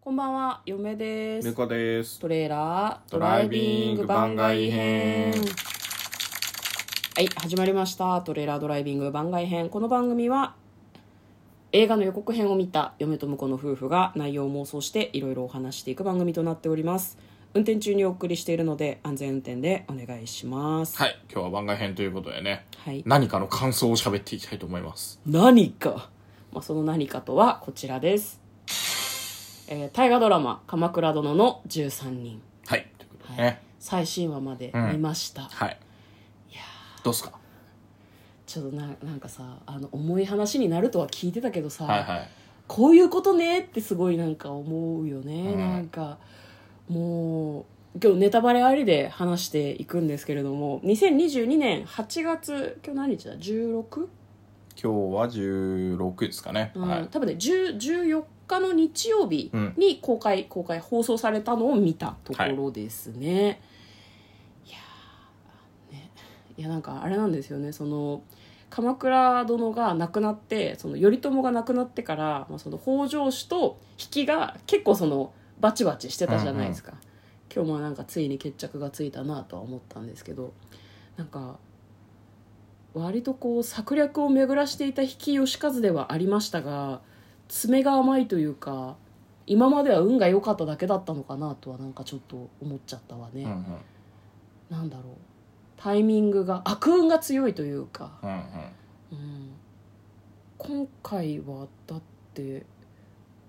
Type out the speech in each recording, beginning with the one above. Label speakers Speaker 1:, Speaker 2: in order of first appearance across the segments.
Speaker 1: こんばんは、嫁で
Speaker 2: メ
Speaker 1: す。
Speaker 2: カです。
Speaker 1: トレーラード
Speaker 2: ド
Speaker 1: ラ
Speaker 2: ラ
Speaker 1: イ
Speaker 2: イ
Speaker 1: ビ
Speaker 2: ビ
Speaker 1: ン
Speaker 2: ン
Speaker 1: グ
Speaker 2: グ
Speaker 1: 番
Speaker 2: 番
Speaker 1: 外
Speaker 2: 外
Speaker 1: 編
Speaker 2: 編。
Speaker 1: はい、始まりました。トレーラードライビング番外編。この番組は映画の予告編を見た嫁と婿の夫婦が内容を妄想していろいろお話していく番組となっております。運転中にお送りしているので安全運転でお願いします。
Speaker 2: はい、今日は番外編ということでね、
Speaker 1: はい。
Speaker 2: 何かの感想を喋っていきたいと思います。
Speaker 1: 何か、まあ、その何かとはこちらです。えー大河ドラマ「鎌倉殿の13人」
Speaker 2: はい、ということで
Speaker 1: は
Speaker 2: ね
Speaker 1: い。、最新話まで見ました、
Speaker 2: はい。どうっすか
Speaker 1: ちょっとななんかさあの重い話になるとは聞いてたけどさ、
Speaker 2: はいはい。
Speaker 1: こういうことねってすごいなんか思うよね、
Speaker 2: うん
Speaker 1: なんかもう今日ネタバレありで話していくんですけれども2022年8月今日何日だ 16?、
Speaker 2: 今日は16ですかね。
Speaker 1: うん
Speaker 2: はい。
Speaker 1: 多分ね10 14日の日曜日
Speaker 2: うん
Speaker 1: に公開、公開放送されたのを見たところですね、い、やーねいやなんかあれなんですよねその鎌倉殿が亡くなってその頼朝が亡くなってから、まあ、その北条氏と引きが結構そのバチバチしてたじゃないですか、今日もなんかついに決着がついたなとは思ったんですけどなんか割とこう策略を巡らしていた比企義和ではありましたが爪が甘いというか今までは運が良かっただけだったのかなとはなんかちょっと思っちゃったわね、
Speaker 2: うんうん。
Speaker 1: なんだろうタイミングが悪運が強いというか、
Speaker 2: うんうん。
Speaker 1: うん、今回はだって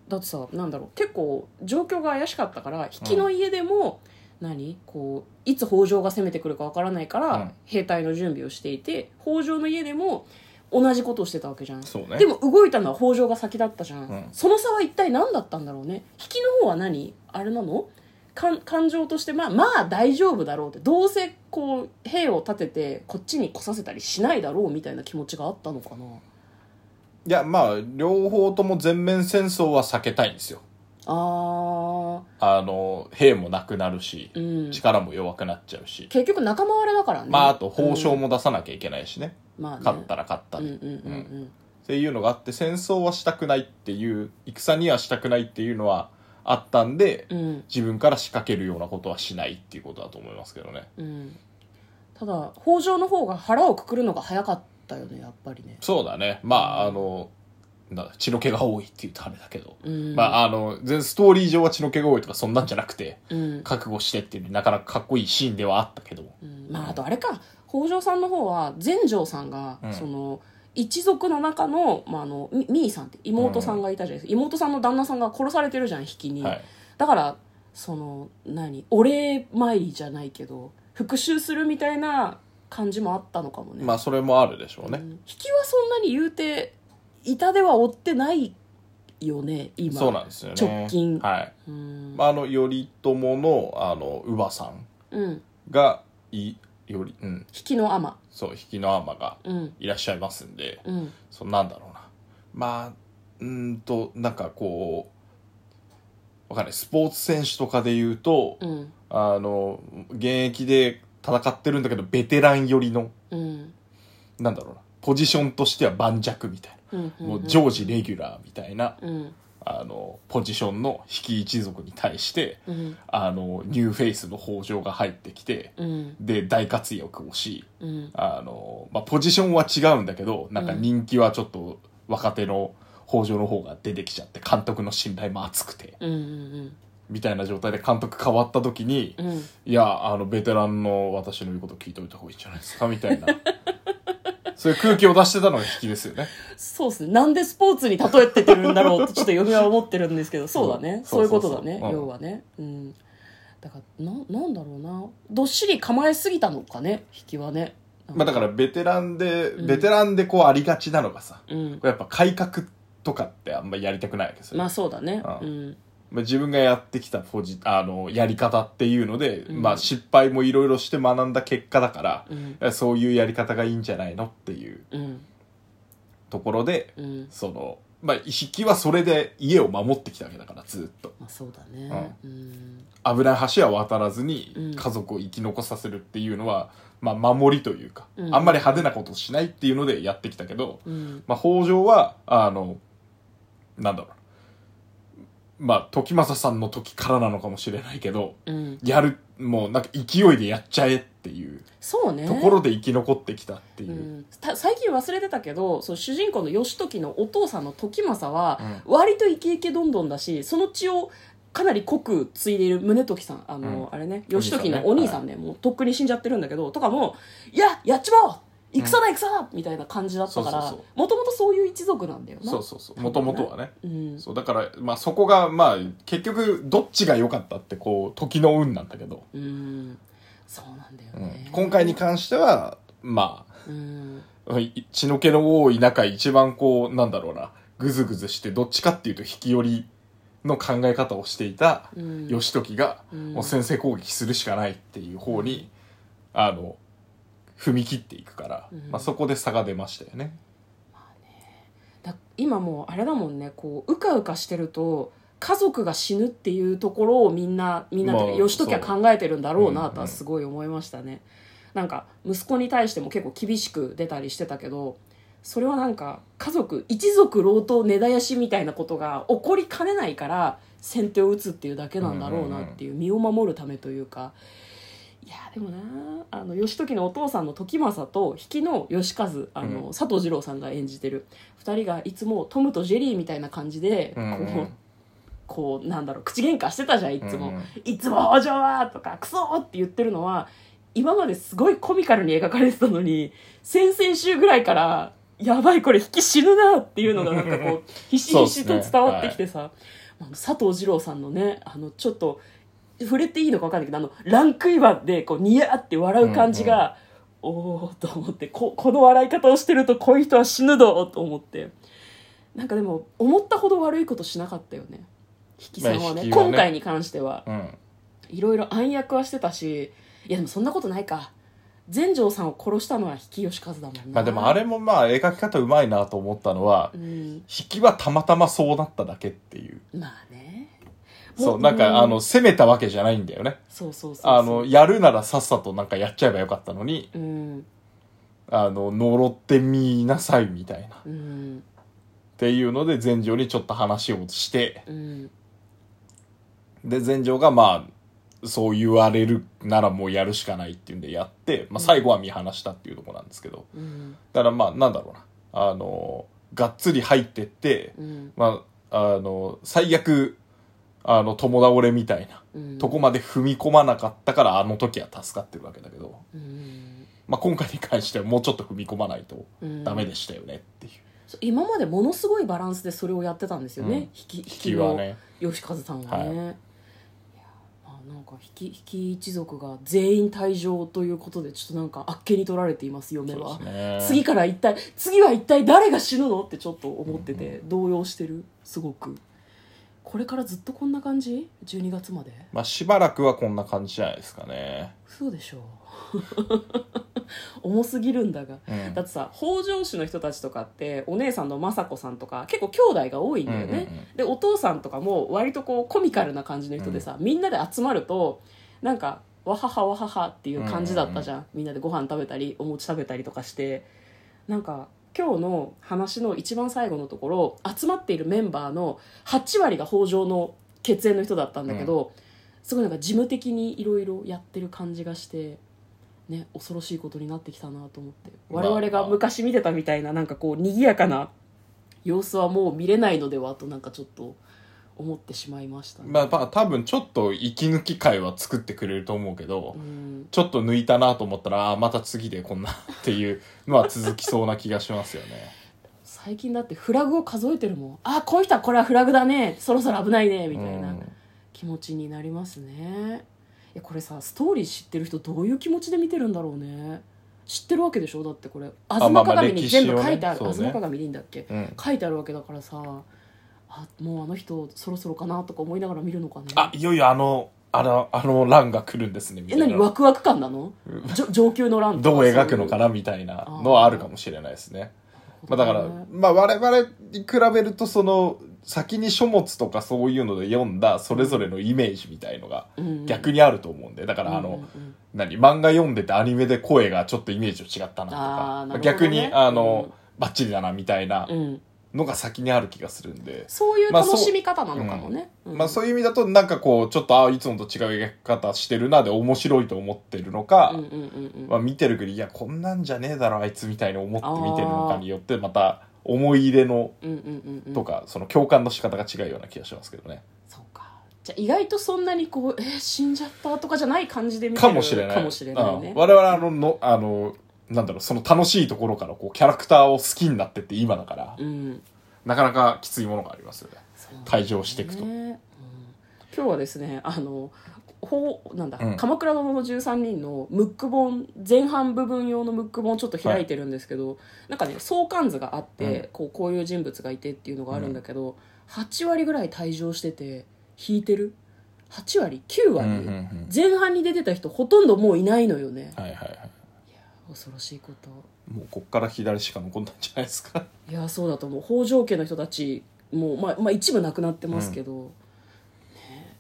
Speaker 1: だってさなんだろう結構状況が怪しかったから引きの家でも、何こういつ北条が攻めてくるかわからないから、
Speaker 2: うん
Speaker 1: 兵隊の準備をしていて北条の家でも同じことをしてたわけじゃん
Speaker 2: そうね。
Speaker 1: でも動いたのは北条が先だったじゃん、
Speaker 2: うん
Speaker 1: その差は一体何だったんだろうね引きの方は何あれなの感感情としてまあまあ大丈夫だろうってどうせこう兵を立ててこっちに来させたりしないだろうみたいな気持ちがあったのかない
Speaker 2: や、まあ、両方とも全面戦争は避けたいんですよ。
Speaker 1: あー
Speaker 2: あの、兵もなくなるし、
Speaker 1: うん
Speaker 2: 力も弱くなっちゃうし、
Speaker 1: 結局仲間割れだからね
Speaker 2: まあ、あと、報奨も出さなきゃいけないしね。
Speaker 1: うんまあね
Speaker 2: 勝ったら勝った
Speaker 1: うん
Speaker 2: で
Speaker 1: うんうんうん
Speaker 2: っていうのがあって戦争はしたくないっていう戦にはしたくないっていうのはあったんで、
Speaker 1: うん
Speaker 2: 自分から仕掛けるようなことはしないっていうことだと思いますけどね
Speaker 1: うんただ北条の方が腹をくくるのが早かったよねやっぱりね
Speaker 2: そうだねまああのなんだ血の気が多いって言うとあれだけど、
Speaker 1: うん
Speaker 2: まああの全ストーリー上は血の気が多いとかそんなんじゃなくて
Speaker 1: うん
Speaker 2: 覚悟してっていうなかなかかっこいいシーンではあったけど
Speaker 1: うんまああとあれか北条さんの方は全城さんが、
Speaker 2: うん
Speaker 1: その一族の中の,、まあ、あのみみーさんって妹さんがいたじゃないですか、妹さんの旦那さんが殺されてるじゃん引きに、
Speaker 2: はい
Speaker 1: だからその何お礼参りじゃないけど復讐するみたいな感じもあったのかもね、
Speaker 2: まあそれもあるでしょう
Speaker 1: う
Speaker 2: ね、
Speaker 1: ん引きはそんなに言うて板では追ってないよね今
Speaker 2: そうなんですよね
Speaker 1: 直近
Speaker 2: はい、
Speaker 1: うん、
Speaker 2: まあ、あの頼朝のあの乳母さん
Speaker 1: うん引
Speaker 2: がいよりうん
Speaker 1: きの尼
Speaker 2: そう引きのアマが
Speaker 1: うん
Speaker 2: いらっしゃいますんで、
Speaker 1: うん
Speaker 2: そのなんだろうなまあうーんとなんかこうわかんないスポーツ選手とかで言うと、
Speaker 1: うん
Speaker 2: あの現役で戦ってるんだけどベテラン寄りの
Speaker 1: うん
Speaker 2: なんだろうなポジションとしては盤石みたい
Speaker 1: うん
Speaker 2: な、もう常時レギュラーみたいな
Speaker 1: うん
Speaker 2: あのポジションの引き一族に対して
Speaker 1: うん
Speaker 2: あのニューフェイスの北条が入ってきて
Speaker 1: うん
Speaker 2: で大活躍をし
Speaker 1: うん
Speaker 2: あの、まあ、ポジションは違うんだけど、なんか人気はちょっと若手の北条の方が出てきちゃって、監督の信頼も厚くて、
Speaker 1: うんうん
Speaker 2: みたいな状態で監督変わった時に、
Speaker 1: うんうん
Speaker 2: いや、あの、ベテランの私の言うこと聞いといた方がいいんじゃないですか、みたい な。そういう空気を出してたのが引きですよね。
Speaker 1: そうですねなんでスポーツに例えててるんだろうってちょっと読みは思ってるんですけどそうだねそ
Speaker 2: そうう
Speaker 1: いうことだ
Speaker 2: そ
Speaker 1: ね
Speaker 2: うそうそうう
Speaker 1: 要
Speaker 2: ん
Speaker 1: はねうんだからななんだろうなどっしり構えすぎたのかね引きはね
Speaker 2: まあだからベテランで、
Speaker 1: うん
Speaker 2: ベテランでこうありがちなのがさ、
Speaker 1: うん
Speaker 2: これやっぱ改革とかってあんまりやりたくないわけですよ。
Speaker 1: まあそうだねう
Speaker 2: うんまあ、自分がやってきたポジ、あの、やり方っていうので、
Speaker 1: うん
Speaker 2: まあ失敗もいろいろして学んだ結果だから、
Speaker 1: うん
Speaker 2: そういうやり方がいいんじゃないのっていう
Speaker 1: うん
Speaker 2: ところで、
Speaker 1: うん
Speaker 2: その、まあ、引きはそれで家を守ってきたわけだから、ずっと。
Speaker 1: まあそうだねうん
Speaker 2: 危ない橋は渡らず
Speaker 1: うん
Speaker 2: に、家族を生き残させるっていうのは、まあ、守りというか、
Speaker 1: うん
Speaker 2: あんまり派手なことをしないっていうのでやってきたけど、
Speaker 1: うん
Speaker 2: まあ、北条は、あの、なんだろう、まあ、時政さんの時からなのかもしれないけど、
Speaker 1: うん、
Speaker 2: やる、もうなんか勢いでやっちゃえっていう
Speaker 1: そうね
Speaker 2: ところで生き残ってきたっていうう。
Speaker 1: ん、た最近忘れてたけどそう主人公の義時のお父さんの時政は割とイケイケどんどんだしその血をかなり濃く継いでいる宗時さんあの、
Speaker 2: う
Speaker 1: あれね
Speaker 2: お兄
Speaker 1: 義
Speaker 2: さん
Speaker 1: 時
Speaker 2: ね
Speaker 1: のお兄さんねもうとっくに死んじゃってるんだけどとかも「いややっちまおう戦だ戦だ!」みたいな感じだったか
Speaker 2: そう
Speaker 1: ら
Speaker 2: そう
Speaker 1: もともとそういう一族なんだよな
Speaker 2: そうそうそう。もともとはね。
Speaker 1: うん、
Speaker 2: そう、だから、まあそこが、まあ、結局、どっちが良かったって、こう、時の運なんだけど、
Speaker 1: うん、そうなんだよ
Speaker 2: うん
Speaker 1: ね、
Speaker 2: 今回に関しては、まあ、
Speaker 1: うん
Speaker 2: い血の気の多い中一番こうなんだろうなグズグズしてどっちかっていうと引き寄りの考え方をしていた
Speaker 1: うん
Speaker 2: 義時が、
Speaker 1: うん
Speaker 2: もう先制攻撃するしかないっていう方に、あの踏み切っていくから、
Speaker 1: うん
Speaker 2: まあ、そこで差が出ましたよね。
Speaker 1: だ今もうあれだもんねこううかうかしてると家族が死ぬっていうところをみんなみんな
Speaker 2: まあ
Speaker 1: で義時は考えてるんだろうなと
Speaker 2: うんうん
Speaker 1: はすごい思いましたね、なんか息子に対しても結構厳しく出たりしてたけどそれはなんか家族一族老頭根絶やしみたいなことが起こりかねないから先手を打つっていうだけなんだろうなっていう身を守るためというかいやでもなあの義時のお父さんの時政と引きの義和あの、
Speaker 2: うん
Speaker 1: 佐藤二朗さんが演じてる2人がいつもトムとジェリーみたいな感じでこう,、こうなんだろう口喧嘩してたじゃんいつも、
Speaker 2: うんうん
Speaker 1: いつも「お嬢は!」とか「クソ!」って言ってるのは今まですごいコミカルに描かれてたのに先々週ぐらいから「やばいこれ引き死ぬな!」っていうのが なんかこうひしひしと伝わってきてさ、あの佐藤二朗さんのねあのちょっと触れていいのか分かんないけどあのランクイバーでこうニヤって笑う感じが、おおと思ってここの笑い方をしてるとこういう人は死ぬぞと思ってなんかでも思ったほど悪いことしなかったよね引きさんは
Speaker 2: まあ
Speaker 1: ね
Speaker 2: 引きはね
Speaker 1: 今回に関しては
Speaker 2: うん
Speaker 1: いろいろ暗躍はしてたしいやでもそんなことないか全城さんを殺したのは引き義和だもんな
Speaker 2: まあ、でもあれもまあ描き方うまいなと思ったのは、
Speaker 1: うん
Speaker 2: 引きはたまたまそうなっただけっていう
Speaker 1: まあね
Speaker 2: そ
Speaker 1: も
Speaker 2: うなんか、
Speaker 1: うん
Speaker 2: あの攻めたわけじゃないんだよね
Speaker 1: そうそうそうそう
Speaker 2: あのやるならさっさとなんかやっちゃえばよかったのに
Speaker 1: うん
Speaker 2: あの呪ってみなさいみたいなっ
Speaker 1: うん
Speaker 2: ていうので全城にちょっと話をして
Speaker 1: うん
Speaker 2: で全城がまあそう言われるならもうやるしかないっていうんでやって、まあ、最後は見放したっていうところなんですけど
Speaker 1: うん
Speaker 2: だからまあなんだろうなあのがっつり入ってって、
Speaker 1: うん
Speaker 2: まあ、あの最悪あの友倒れみたいな
Speaker 1: うん
Speaker 2: とこまで踏み込まなかったからあの時は助かってるわけだけど、
Speaker 1: うん
Speaker 2: まあ、今回に関してはもうちょっと踏み込まないと
Speaker 1: うん
Speaker 2: ダメでしたよねっていう、
Speaker 1: そう今までものすごいバランスでそれをやってたんですよね、
Speaker 2: うん
Speaker 1: 引き引
Speaker 2: 引
Speaker 1: き
Speaker 2: きは
Speaker 1: の
Speaker 2: ね
Speaker 1: 吉和さんはね、
Speaker 2: はい
Speaker 1: いやまあなんか引き引き一族が全員退場ということでちょっとなんかあっけに取られています嫁は、
Speaker 2: そうですね
Speaker 1: 次から一体次は一体誰が死ぬのってちょっと思ってて動揺してるすごくこれからずっとこんな感じ12月まで
Speaker 2: まあ、しばらくはこんな感じじゃないですかね。
Speaker 1: 嘘でしょ 重すぎるんだが
Speaker 2: うん
Speaker 1: だってさ北条氏の人たちとかってお姉さんの政子さんとか結構兄弟が多いんだよね、
Speaker 2: うんうんうん
Speaker 1: でお父さんとかも割とこうコミカルな感じの人でさ、みんなで集まるとなんかわははわははっていう感じだったじゃん,、みんなでご飯食べたりお餅食べたりとかしてなんか今日の話の一番最後のところ集まっているメンバーの8割が北条の血縁の人だったんだけど、すごいなんか事務的にいろいろやってる感じがして。ね、恐ろしいことになってきたなと思って
Speaker 2: まあ
Speaker 1: 我々が昔見てたみたいななんかこう賑やかな様子はもう見れないのではとなんかちょっと思ってしまいましたね、
Speaker 2: まあ、まあ、多分ちょっと息抜き会は作ってくれると思うけど、
Speaker 1: うん
Speaker 2: ちょっと抜いたなと思ったら、あーまた次でこんなっていう のは続きそうな気がしますよね。
Speaker 1: 最近だってフラグを数えてるもんあこういう人はこれはフラグだねそろそろ危ないねみたいな
Speaker 2: うん
Speaker 1: 気持ちになりますねいやこれさストーリー知ってる人どういう気持ちで見てるんだろうね知ってるわけでしょだってこれ「吾
Speaker 2: まあ
Speaker 1: 妻
Speaker 2: まあ
Speaker 1: 鏡」に全部
Speaker 2: 歴史をね
Speaker 1: 書いてある「
Speaker 2: そう
Speaker 1: 吾
Speaker 2: ね
Speaker 1: 妻鏡」でいいんだっけ
Speaker 2: うん
Speaker 1: 書いてあるわけだからさあもうあの人そろそろかなとか思いながら見るのかね
Speaker 2: あ、いよいよあの、あの、あの欄が来るんですね、み
Speaker 1: え
Speaker 2: たい
Speaker 1: 何
Speaker 2: な
Speaker 1: ワ。クワク感なのじ ょ上級のラン
Speaker 2: どう描くのか
Speaker 1: な
Speaker 2: なみたいなのはあるかもしれないですね。まあだから、まあ我々に比べるとその先に書物とかそういうので読んだそれぞれのイメージみたいのが逆にあると思うんで、だからあの、何漫画読んでてアニメで声がちょっとイメージと違った
Speaker 1: あー
Speaker 2: なとか
Speaker 1: なるほどね
Speaker 2: 逆にあの、
Speaker 1: うん
Speaker 2: バッチリだなみたいな
Speaker 1: うん
Speaker 2: のが先にある気がするんで、
Speaker 1: そういう
Speaker 2: まあそう
Speaker 1: 楽しみ方なのかもね、うん
Speaker 2: まあ、そういう意味だとなんかこうちょっとあいつもと違う描き方してるなで面白いと思ってるのか、
Speaker 1: うんうんうんうん
Speaker 2: まあ、見てるけどいやこんなんじゃねえだろあいつみたいに思って見てるのかによってまた思い入れの
Speaker 1: うんうんうんうん
Speaker 2: とか、その共感の仕方が違うような気がしますけどね。
Speaker 1: そうかじゃあ意外とそんなにこうえー死んじゃったとかじゃない感じで見てる
Speaker 2: かもしれない。
Speaker 1: かもしれないね
Speaker 2: うん我々あのの、あの、なんだろう、その楽しいところからこうキャラクターを好きになってって今だから、
Speaker 1: うん
Speaker 2: なかなかきついものがありますよね。
Speaker 1: そう
Speaker 2: 退場していくと。
Speaker 1: ねうん今日はですねあのほうなんだ、
Speaker 2: うん
Speaker 1: 鎌倉殿の13人のムック本前半部分用のムック本ちょっと開いてるんですけど、なんかね相関図があって、
Speaker 2: うん
Speaker 1: こうこういう人物がいてっていうのがあるんだけど、8割ぐらい退場してて引いてる8割9
Speaker 2: うん
Speaker 1: 割、
Speaker 2: うんうん
Speaker 1: 前半に出てた人ほとんどもういないのよね
Speaker 2: はいはいはい。
Speaker 1: 恐ろしいこと
Speaker 2: もうこっから左しか残んないんじゃないです か。
Speaker 1: いやそうだと思う北条家の人たちもう、まあ、まあ一部亡くなってますけど、ね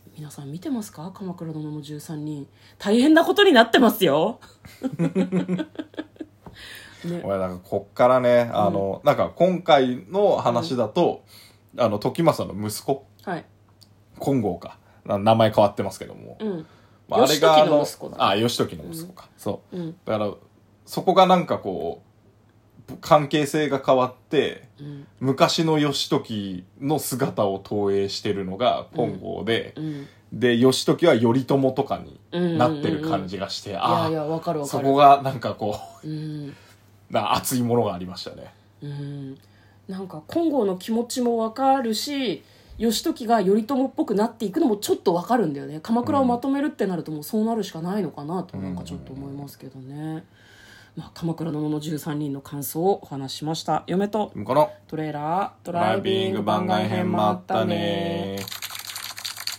Speaker 1: え皆さん見てますか鎌倉殿の13人大変なことになってます よね
Speaker 2: 俺なんかこっからね、あの、なんか今回の話だと、あの、時政の息子、
Speaker 1: はい
Speaker 2: 金剛か。な名前変わってますけども。
Speaker 1: うん
Speaker 2: まあ、あれがあ
Speaker 1: 義
Speaker 2: の、
Speaker 1: 時の息子だね
Speaker 2: あ、義時の息子か。そう。
Speaker 1: うん
Speaker 2: だからそこがなんかこう関係性が変わって
Speaker 1: うん
Speaker 2: 昔の義時の姿を投影してるのが本郷で、
Speaker 1: うん
Speaker 2: で義時は頼朝とかに
Speaker 1: うん
Speaker 2: なってる感じがして、
Speaker 1: いやい
Speaker 2: あ
Speaker 1: やわかる
Speaker 2: あ
Speaker 1: わ
Speaker 2: そ
Speaker 1: か
Speaker 2: こ
Speaker 1: る
Speaker 2: がなんかこ
Speaker 1: うん
Speaker 2: う な熱いものがありましたね
Speaker 1: うんなんか金剛の気持ちもわかるし義時が頼朝っぽくなっていくのもちょっとわかるんだよね鎌倉をまとめるってなるともうそうなるしかないのかなとなんかちょっと思いますけどね、まあ、鎌倉殿の13人の感想をお話ししました嫁と
Speaker 2: この
Speaker 1: トレーラード
Speaker 2: ドライビング番外編もあったね